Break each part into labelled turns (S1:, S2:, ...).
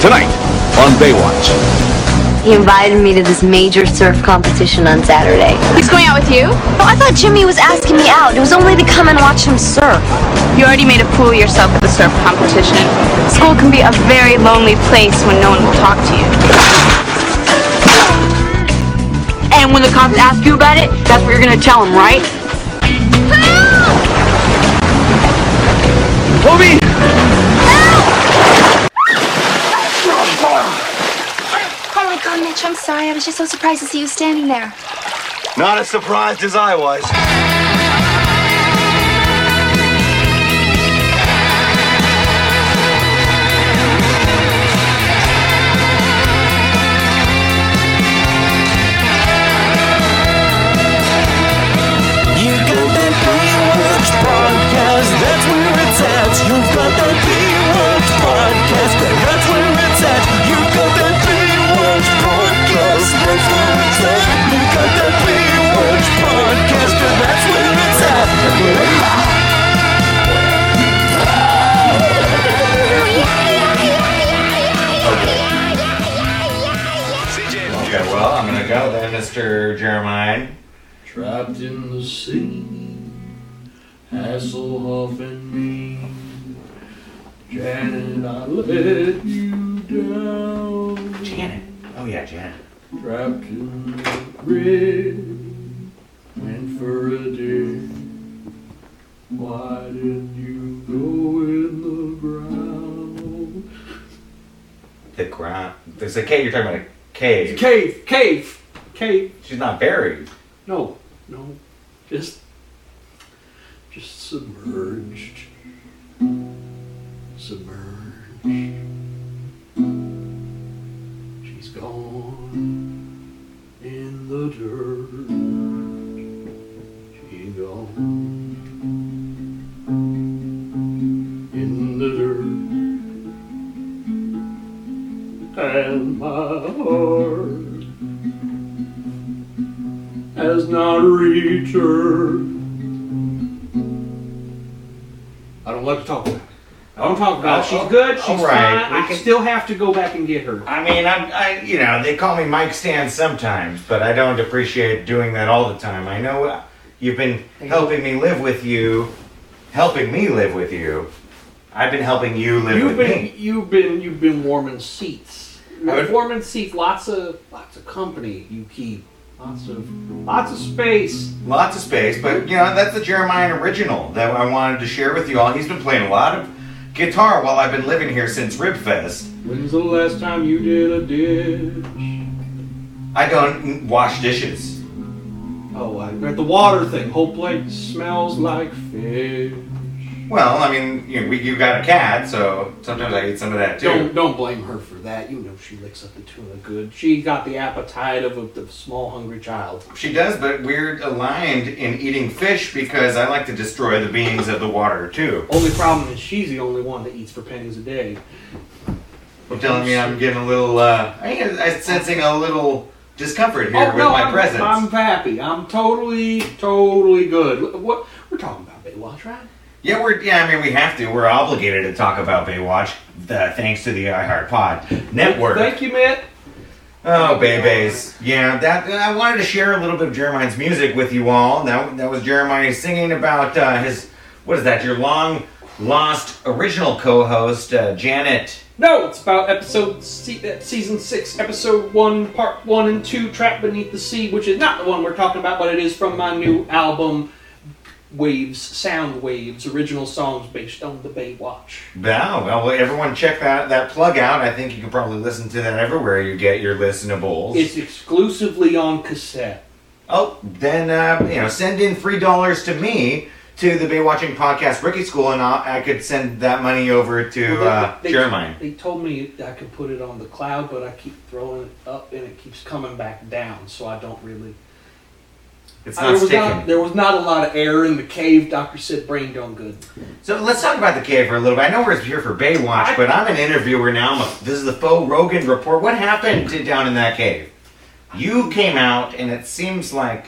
S1: Tonight on Baywatch.
S2: He invited me to this major surf competition on Saturday.
S3: He's going out with you?
S2: Oh, I thought Jimmy was asking me out. It was only to come and watch him surf.
S3: You already made a fool of yourself at the surf competition. School can be a very lonely place when no one will talk to you. And when the cops ask you about it, that's what you're gonna tell them, right?
S1: Toby!
S4: Oh my god, Mitch, I'm sorry. I was just so surprised to see you standing there.
S1: Not as surprised as I was.
S5: You got that Baywatch podcast, that's where it's at. You got that Baywatch podcast, that's where it's at. You got that Baywatch podcast, that's where it's at. You got that Baywatch podcast, that's where it's at.
S6: Okay, well, I'm gonna go then, Mr. Jeremiah.
S7: Trapped in the sea, Hasselhoff and me. Janet, I let you down.
S6: Janet. Oh yeah, Janet.
S7: Trapped in the red, went for a day. Why didn't you go in the ground?
S6: The ground. There's a cave. You're talking about a cave.
S7: Cave, cave, cave.
S6: She's not buried.
S7: No, no, just, just submerged, submerged. She's gone in the dirt. She's gone in the dirt, and my heart has not reached her. I don't like to talk about it. I don't talk about it.
S6: Oh,
S7: She's good.
S6: oh,
S7: She's
S6: all right.
S7: fine.
S6: We
S7: I
S6: can-
S7: still have to go back and get her.
S6: I mean, I'm. I, you know, they call me Mike Stan sometimes, but I don't appreciate doing that all the time. I know uh, you've been helping me live with you, helping me live with you. I've been helping you live
S7: You've
S6: with
S7: been
S6: me.
S7: you've been you've been warming seats.
S6: I would-
S7: warming seats. Lots of lots of company. You keep lots of lots of space.
S6: Lots of space, but you know that's the Jeremiah original that I wanted to share with you all. He's been playing a lot of guitar while I've been living here since Ribfest.
S7: When's the last time you did a dish?
S6: I don't wash dishes.
S7: Oh, I at the water thing. Whole plate smells like fish.
S6: Well, I mean, you, we, you got a cat, so sometimes I eat some of that too.
S7: Don't don't blame her for that. You know she licks up the tuna good. She got the appetite of a, of a small hungry child.
S6: She does, but we're aligned in eating fish because I like to destroy the beings of the water too.
S7: Only problem is she's the only one that eats for pennies a day.
S6: You're telling me I'm getting a little, uh, I think I'm sensing a little discomfort here
S7: Oh
S6: with
S7: no,
S6: my
S7: I'm,
S6: presence.
S7: I'm happy. I'm totally totally good. Look, What we're talking about Baywatch, right?
S6: Yeah, we're, yeah, I mean, we have to. We're obligated to talk about Baywatch, the, thanks to the iHeartPod network.
S7: Thank you, Matt.
S6: Oh, babies. Yeah, that I wanted to share a little bit of Jeremiah's music with you all. That, that was Jeremiah singing about uh, his, what is that, your long lost original co host, uh, Janet.
S7: No, it's about episode se- uh, season six, episode one, part one and two, "Trapped Beneath the Sea," which is not the one we're talking about, but it is from my new album, Waves, Sound Waves, original songs based on the Baywatch.
S6: Wow. Well, well, everyone check that, that plug out. I think you can probably listen to that everywhere you get your listenables.
S7: It's exclusively on cassette.
S6: Oh, then uh, you know, send in three dollars to me to the Baywatching Podcast Rookie School, and I'll, I could send that money over to uh,
S7: They- they-
S6: Jeremiah.
S7: They told me that I could put it on the cloud, but I keep throwing it up and it keeps coming back down, so I don't really.
S6: It's
S7: there,
S6: not
S7: was
S6: sticking.
S7: not, there was not a lot of air in the cave. Doctor said brain don't good.
S6: So let's talk about the cave for a little bit. I know we're here for Baywatch,
S7: I-
S6: but I'm an interviewer now. I'm a, this is the faux Rogan report. What happened to down in that cave? You came out, and it seems like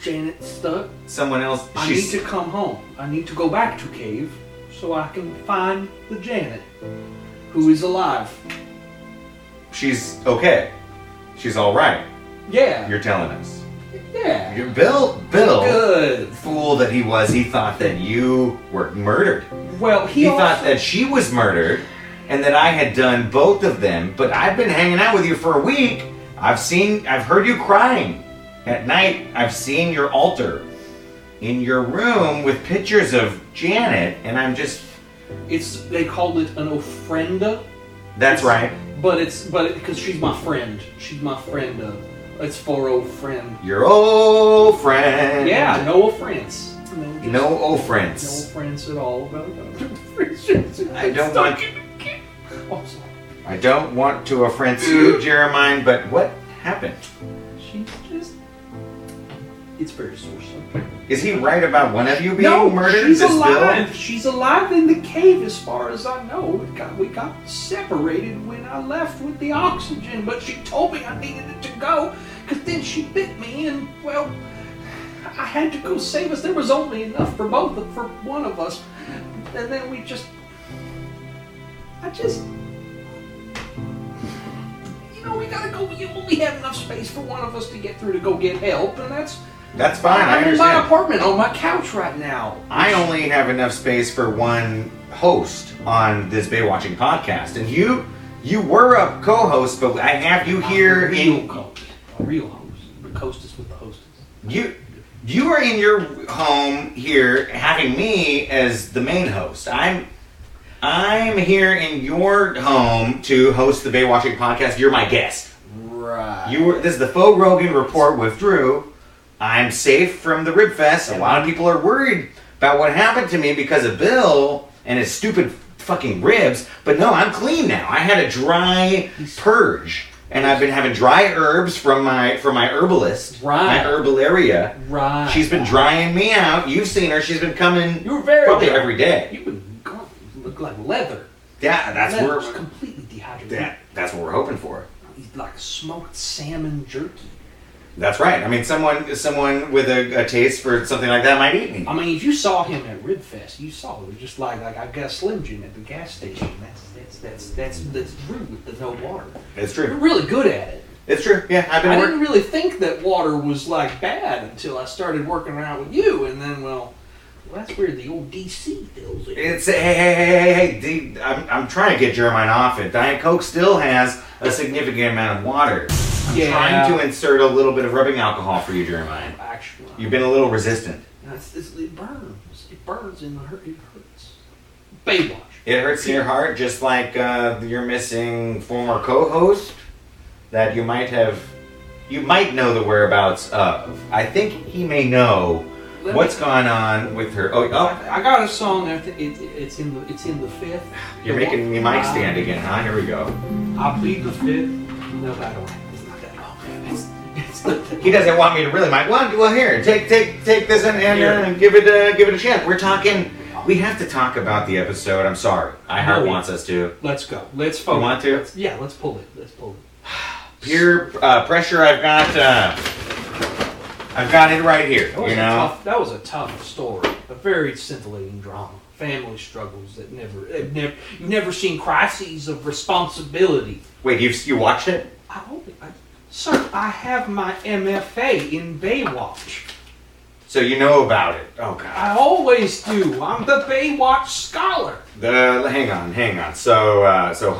S7: Janet stuck.
S6: someone else.
S7: I
S6: she's-
S7: need to come home. I need to go back to cave so I can find the Janet, who is alive.
S6: she's okay. She's all right.
S7: Yeah.
S6: You're telling us.
S7: yeah.
S6: Your Bill, Bill,
S7: Good.
S6: fool that he was, he thought that you were murdered.
S7: Well, he,
S6: He
S7: also,
S6: thought that she was murdered and that I had done both of them, but I've been hanging out with you for a week. I've seen, I've heard you crying. At night, I've seen your altar in your room with pictures of Janet, and I'm just,
S7: it's they called it an ofrenda,
S6: that's right.
S7: but it's but because she's my friend, she's my friend. Uh, it's for old friend.
S6: Your old friend.
S7: Yeah, no offense. just-
S6: No old
S7: No
S6: friends.
S7: offense at all about
S6: I don't
S7: Stuck
S6: want-
S7: in the kid. Oh, I'm sorry.
S6: I don't want to offend
S7: Mm.
S6: you, Jeremiah, but what happened?
S7: She just. It's very sore subject.
S6: Is he right about one of you being
S7: no,
S6: murdered?
S7: she's
S6: this
S7: alive.
S6: Bill?
S7: She's alive in the cave, as far as I know. We got, we got separated when I left with the oxygen, but she told me I needed it to go, because then she bit me, and, well, I had to go save us. There was only enough for both, of- for one of us. And then we just. I just. You know, we gotta go. We only have enough space for one of us to get through to go get help, and that's.
S6: That's fine. I
S7: I'm in my
S6: understand.
S7: apartment on my couch right now.
S6: I only have enough space for one host on this Baywatching podcast, and you you were a co-host, but I have you here
S7: A real
S6: in
S7: coach, a real host, the hostess with the hostess.
S6: you. You are in your home here, having me as the main host. I'm I'm here in your home to host the Baywatching podcast. You're my guest.
S7: Right.
S6: You were, this is the faux Rogan report with Drew. I'm safe from the rib fest. A lot of people are worried about what happened to me because of Bill and his stupid fucking ribs. But no, I'm clean now. I had a dry purge, and I've been having dry herbs from my from my herbalist, my
S7: Right.
S6: herbalaria.
S7: Right.
S6: She's been drying me out. You've seen her. She's been coming.
S7: You were very
S6: probably
S7: dry.
S6: every day.
S7: You would go- you look like leather.
S6: Yeah, that's
S7: leather,
S6: where
S7: just completely dehydrated.
S6: that, that's what we're hoping for.
S7: He's like smoked salmon jerky.
S6: That's right. I mean, someone someone with a, a taste for something like that might eat me.
S7: I mean, if you saw him at Rib Fest, you saw it was just like like I got a Slim Jim at the gas station. That's that's that's that's that's Drew with the no water.
S6: It's
S7: You're
S6: true.
S7: really good at it.
S6: It's true. Yeah, I've
S7: I
S6: been
S7: didn't
S6: working.
S7: really think that water was like bad until I started working around with you, and then well, well that's where the old DC fills in.
S6: It's hey, hey, hey, hey, hey, dude, I'm, I'm trying to get Jeremiah off it. Diet Coke still has a significant amount of water. I'm
S7: Yeah.
S6: trying to insert a little bit of rubbing alcohol for you, Jeremiah.
S7: Actually,
S6: You've been a little resistant.
S7: It's, it's, it burns. It burns and it hurt. It hurts. Baywatch.
S6: It hurts in your heart, just like uh, your missing former co-host that you might have. You might know the whereabouts of. I think he may know
S7: Let
S6: what's
S7: me-
S6: gone on with her. Oh, oh
S7: I got a song. I think it, it's in the it's in the fifth.
S6: You're
S7: The
S6: making
S7: one-
S6: me mic stand again, huh? Here we go.
S7: I plead the fifth. No, I don't. It's not that long. It's, it's not that
S6: He doesn't want me to really mic. Well, well here, take take take this and, and,
S7: Here.
S6: uh, give it uh, give it a chance. We're talking. We have to talk about the episode. I'm sorry. I heart
S7: No.
S6: wants us to.
S7: Let's go. Let's
S6: You
S7: focus.
S6: want to?
S7: Yeah, let's pull it. Let's pull it.
S6: Peer uh, pressure. I've got. Uh, I've got it right here.
S7: That was,
S6: You
S7: a
S6: know.
S7: Oh, tough, that was a tough story. A very scintillating drama. Family struggles that never, they've never, you've never seen crises of responsibility.
S6: Wait, you you watched it?
S7: I hope, I, sir, I have my MFA in Baywatch.
S6: So you know about it. Oh God.
S7: I always do. I'm the Baywatch scholar.
S6: The hang on, hang on. So uh, so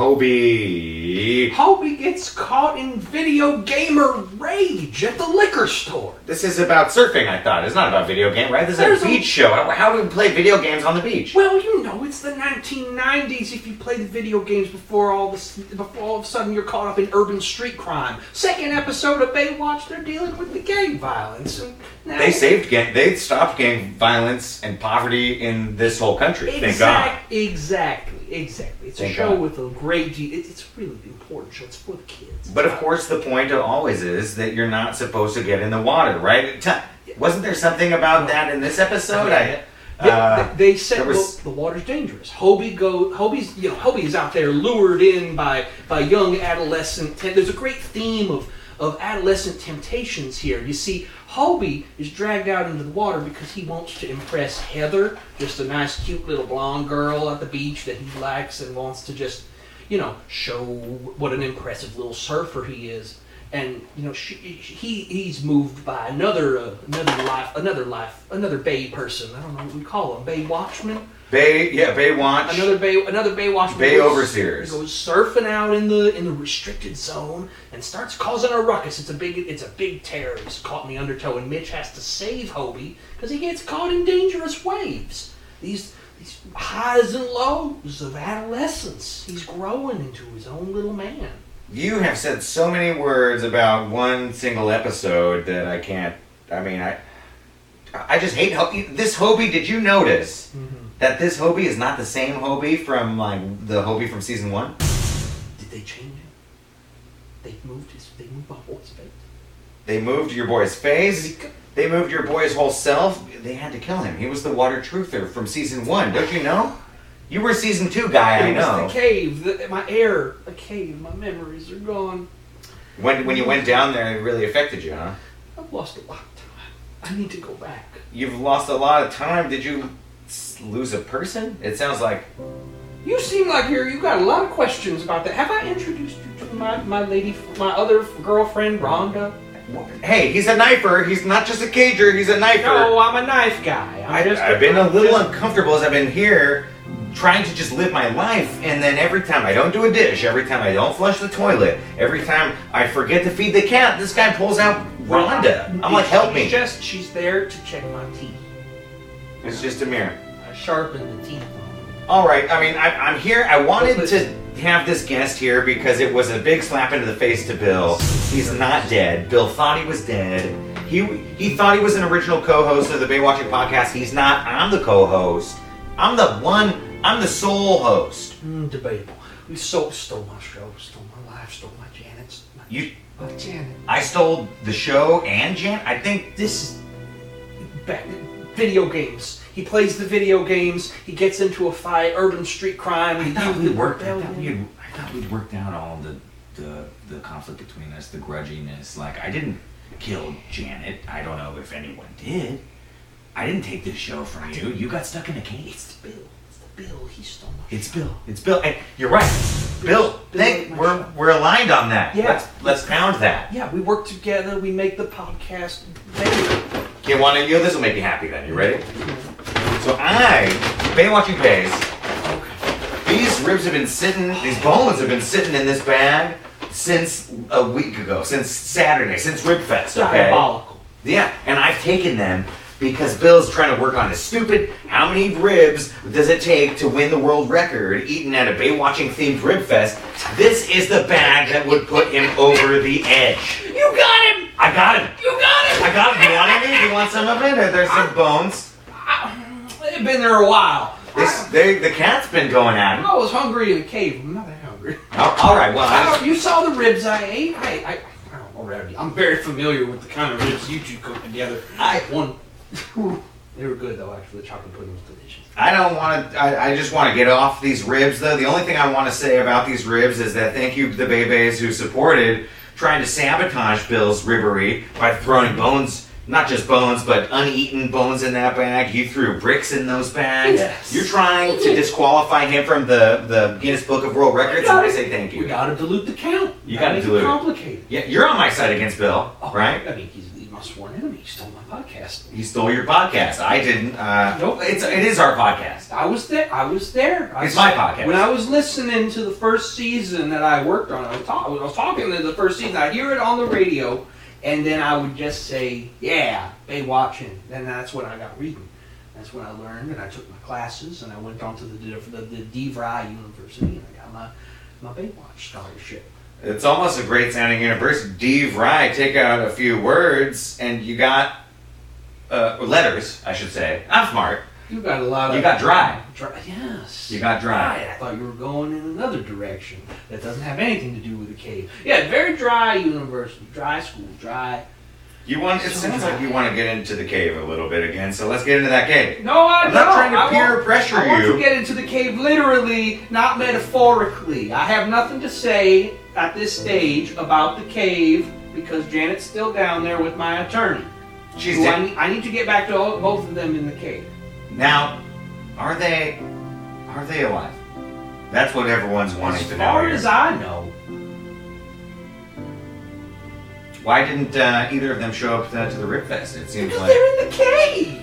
S6: Hobie.
S7: Hobie gets caught in video gamer rage at the liquor store.
S6: This is about surfing, I thought. It's not about video game, right? This is
S7: There's a-
S6: a beach show. How- How do we play video games on the beach?
S7: Well, you know, it's the 1990s. If you play the video games before all this, before all of a sudden you're caught up in urban street crime. Second episode of Baywatch, they're dealing with the gang violence. And now,
S6: They saved gang. They stopped gang violence and poverty in this whole country. Thank God.
S7: exact, exactly, exactly. It's
S6: Thank
S7: a show
S6: God.
S7: with a great deal. It's a really important show. It's for the kids.
S6: But of course, the point always is that you're not supposed to get in the water, right? T- wasn't there something about that in this episode? I,
S7: They,
S6: uh,
S7: they they said
S6: there was-
S7: "Look, the water's dangerous. Hobie go Hobie's you know Hobie's out there lured in by by young adolescent. Te- There's a great theme of of adolescent temptations here. You see, Hobie is dragged out into the water because he wants to impress Heather, just a nice, cute little blonde girl at the beach that he likes and wants to just you know, show what an impressive little surfer he is. And you know, she, he he's moved by another uh, another life, another life, another Bay person. I don't know what we call him, Bay Watchman.
S6: Bay, yeah, Baywatch.
S7: Another Bay, another Baywatch.
S6: Bay
S7: goes-
S6: overseers.
S7: goes surfing out in the in the restricted zone and starts causing a ruckus. It's a big, it's a big tear. He's caught in the undertow, and Mitch has to save Hobie because he gets caught in dangerous waves. These these highs and lows of adolescence. He's growing into his own little man.
S6: You have said so many words about one single episode that I can't. I mean, I, I just hate Ho- this Hobie. Did you notice
S7: Mm-hmm.
S6: that this Hobie is not the same Hobie from like the Hobie from season one?
S7: Did they change him? They moved his, they moved my voice face.
S6: They moved your boy's face. They moved your boy's whole self. They had to kill him. He was the water truther from season one. Don't you know? You were season two guy. I
S7: It was
S6: know.
S7: The cave, the, my air, the cave. My memories are gone.
S6: When when you went down there, it really affected you, huh?
S7: I've lost a lot of time. I need to go back.
S6: You've lost a lot of time. Did you s- lose a person? It sounds like
S7: You seem like you're you've got a lot of questions about that. Have I introduced you to my, my lady my other girlfriend Rhonda?
S6: Hey, he's a knifer. He's not just a cager. He's a knifer.
S7: No, I'm a knife guy. I'm
S6: I,
S7: just
S6: I've been a little
S7: just-
S6: uncomfortable as I've been here, trying to just live my life. And then every time I don't do a dish, every time I don't flush the toilet, every time I forget to feed the cat, this guy pulls out Rhonda. I'm like, help me.
S7: She's just she's there to check my teeth.
S6: It's just a mirror.
S7: I sharpen the teeth.
S6: All right. I mean, I, I'm here. I wanted
S7: But-
S6: to have this guest here because it was a big slap into the face to Bill. He's not dead. Bill thought he was dead. He he thought he was an original co-host of the Baywatching podcast. He's not. I'm the co-host. I'm the one. I'm the sole host.
S7: Mm, debatable. You so stole my show, stole my life, stole my Janet's my,
S6: You.
S7: my Janet.
S6: I stole the show and Jan. I think.
S7: This is back video games. He plays the video games, he gets into a fight, urban street crime,
S8: I thought we
S7: youth
S8: worked. I thought
S7: rebellion.
S8: we. Had, I thought we'd worked out all the, the the conflict between us, the grudginess. Like I didn't kill Janet. I don't know if anyone did. I didn't take this show from you. You got stuck in a cage.
S7: It's Bill. It's the Bill. He stole my
S8: It's Bill.
S6: It's Bill. And you're right. Bill.
S7: Bill
S6: Thank.
S7: wrote my
S6: We're
S7: show.
S6: we're aligned on that.
S7: Yeah.
S6: Let's, let's pound that.
S7: Yeah, we work together. We make the podcast. better.
S6: You want to? You. This will make you happy. Then you ready? So I, Baywatching Pays, these ribs have been sitting, these bones have been sitting in this bag since a week ago, since Saturday, since Ribfest, okay?
S7: Diabolical.
S6: Yeah, and I've taken them because Bill's trying to work on his stupid how many ribs does it take to win the world record eaten at a Baywatching themed rib fest. This is the bag that would put him over the edge. You got him! I got him! You got him! I got him. You want any? You want some of it? Or there's some bones.
S7: They've been there a while.
S6: This, they, the cat's been going at him.
S7: I was hungry in the cave. I'm not that hungry.
S6: Al- all right, well,
S7: I
S6: I
S7: don't, you saw the ribs I ate. I, I, I don't know, Rowdy. I'm very familiar with the kind of ribs you two cook together.
S6: I-
S7: one. they were good though. Actually, the chocolate pudding was delicious.
S6: I don't want to. I, I just want to get off these ribs, though. The only thing I want to say about these ribs is that thank you to the Bebes who supported trying to sabotage Bill's ribbery by throwing bones, not just bones, but uneaten bones in that bag. You threw bricks in those bags.
S7: Yes. Mm-hmm.
S6: You're trying to disqualify him from the, the Guinness Book of World Records, and I say thank
S7: We
S6: you.
S7: gotta dilute the count.
S6: You gotta
S7: Make it Oh.
S6: dilute it.
S7: Complicated.
S6: Yeah, you're on my side against Bill, right?
S7: I mean, he's, he's my sworn enemy. He stole my podcast.
S6: He stole your podcast. I didn't. Uh,
S7: Nope.
S6: It's it is our podcast.
S7: I was there. I was there. I
S6: It's my
S7: saw-
S6: podcast.
S7: When I was listening to the first season that I worked on, I was, talk, I was talking to the first season. I hear it on the radio, and then I would just say, "Yeah, they watching." And that's when I got reading. That's when I learned, and I took my classes, and I went on to the the, the DeVry University, and I got my my Baywatch scholarship.
S6: It's almost a great sounding universe. D. Vry, take out a few words, and you got uh, letters, I should say. I'm smart.
S7: You got a lot of
S6: You got dry.
S7: Dry- yes.
S6: You got dry.
S7: Right, I thought you were going in another direction that doesn't have anything to do with the cave. Yeah, very dry university, dry school, dry.
S6: You want? It sounds like you want to get into the cave a little bit again. So let's get into that cave.
S7: No, I
S6: I'm
S7: don't.
S6: not trying to
S7: I
S6: peer
S7: want-
S6: pressure
S7: I want
S6: you.
S7: to get into the cave literally, not metaphorically. I have nothing to say at this stage about the cave because Janet's still down there with my attorney.
S6: She's
S7: Who I,
S6: dead.
S7: need, I need to get back to all, both of them in the cave.
S6: now. Are they? Are they alive? That's what everyone's wanting
S7: As
S6: to know.
S7: far
S6: here.
S7: as I know,
S6: Why didn't uh, either of them show up to, to the Rip Fest? It seems
S7: because
S6: like
S7: they're in the cave.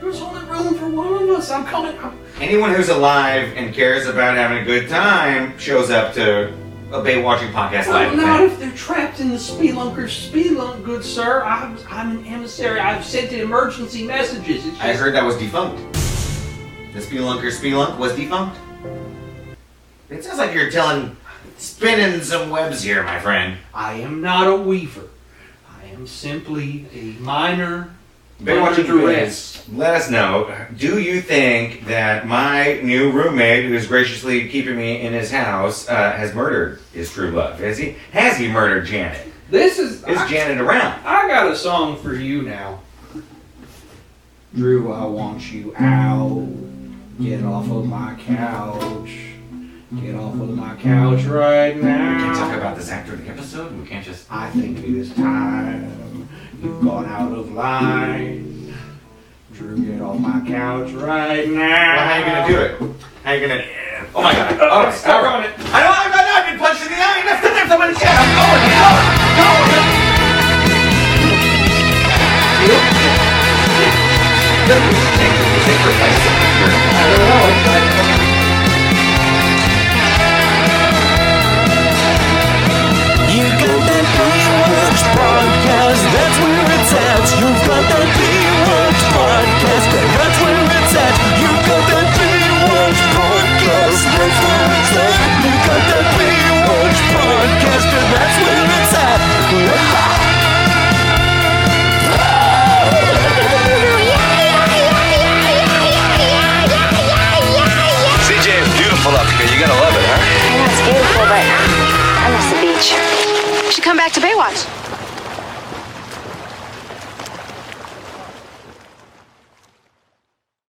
S7: There's only room for one of us. I'm coming. I'm,
S6: anyone who's alive and cares about having a good time shows up to a Baywatching podcast live
S7: Well, not
S6: event.
S7: if they're trapped in the spelunker's spelunk, good sir. I'm, I'm an emissary. I've sent the emergency messages. It's
S6: I
S7: just,
S6: heard that was defunct. The Spelunker Spelunk was defunct. It sounds like you're telling, spinning some webs here, my friend.
S7: I am not a weaver. I am simply a minor.
S6: Baywatching
S7: under
S6: Roommates, let us know. Do you think that my new roommate, who's graciously keeping me in his house, uh, has murdered his true love? Has he? Has he murdered Janet?
S7: This is.
S6: Is
S7: I,
S6: Janet around?
S7: I got a song for you now. Drew, I want you out. Get off of my couch. Get off of my couch right now.
S6: We can't talk about this after the episode. We can't just.
S7: I think it is time you've gone out of line. Drew, get off my couch right now.
S6: Well, how you gonna do it? How you gonna? Oh my god! All right, all right.
S7: it.
S6: I know I'm not getting punched in the eye. Enough to lift someone's chest. I'm going. Go! Go!
S5: You got that Baywatch podcast, that's where it's at. You've got that Baywatch podcast, that's where it's at. You got that Baywatch podcast, that's where it's at. You got that Baywatch podcast, that's where it's at.
S1: CJ, it's beautiful up here. You gotta love it, huh?
S2: I know it's beautiful, but I miss the beach.
S4: Should come back to Baywatch.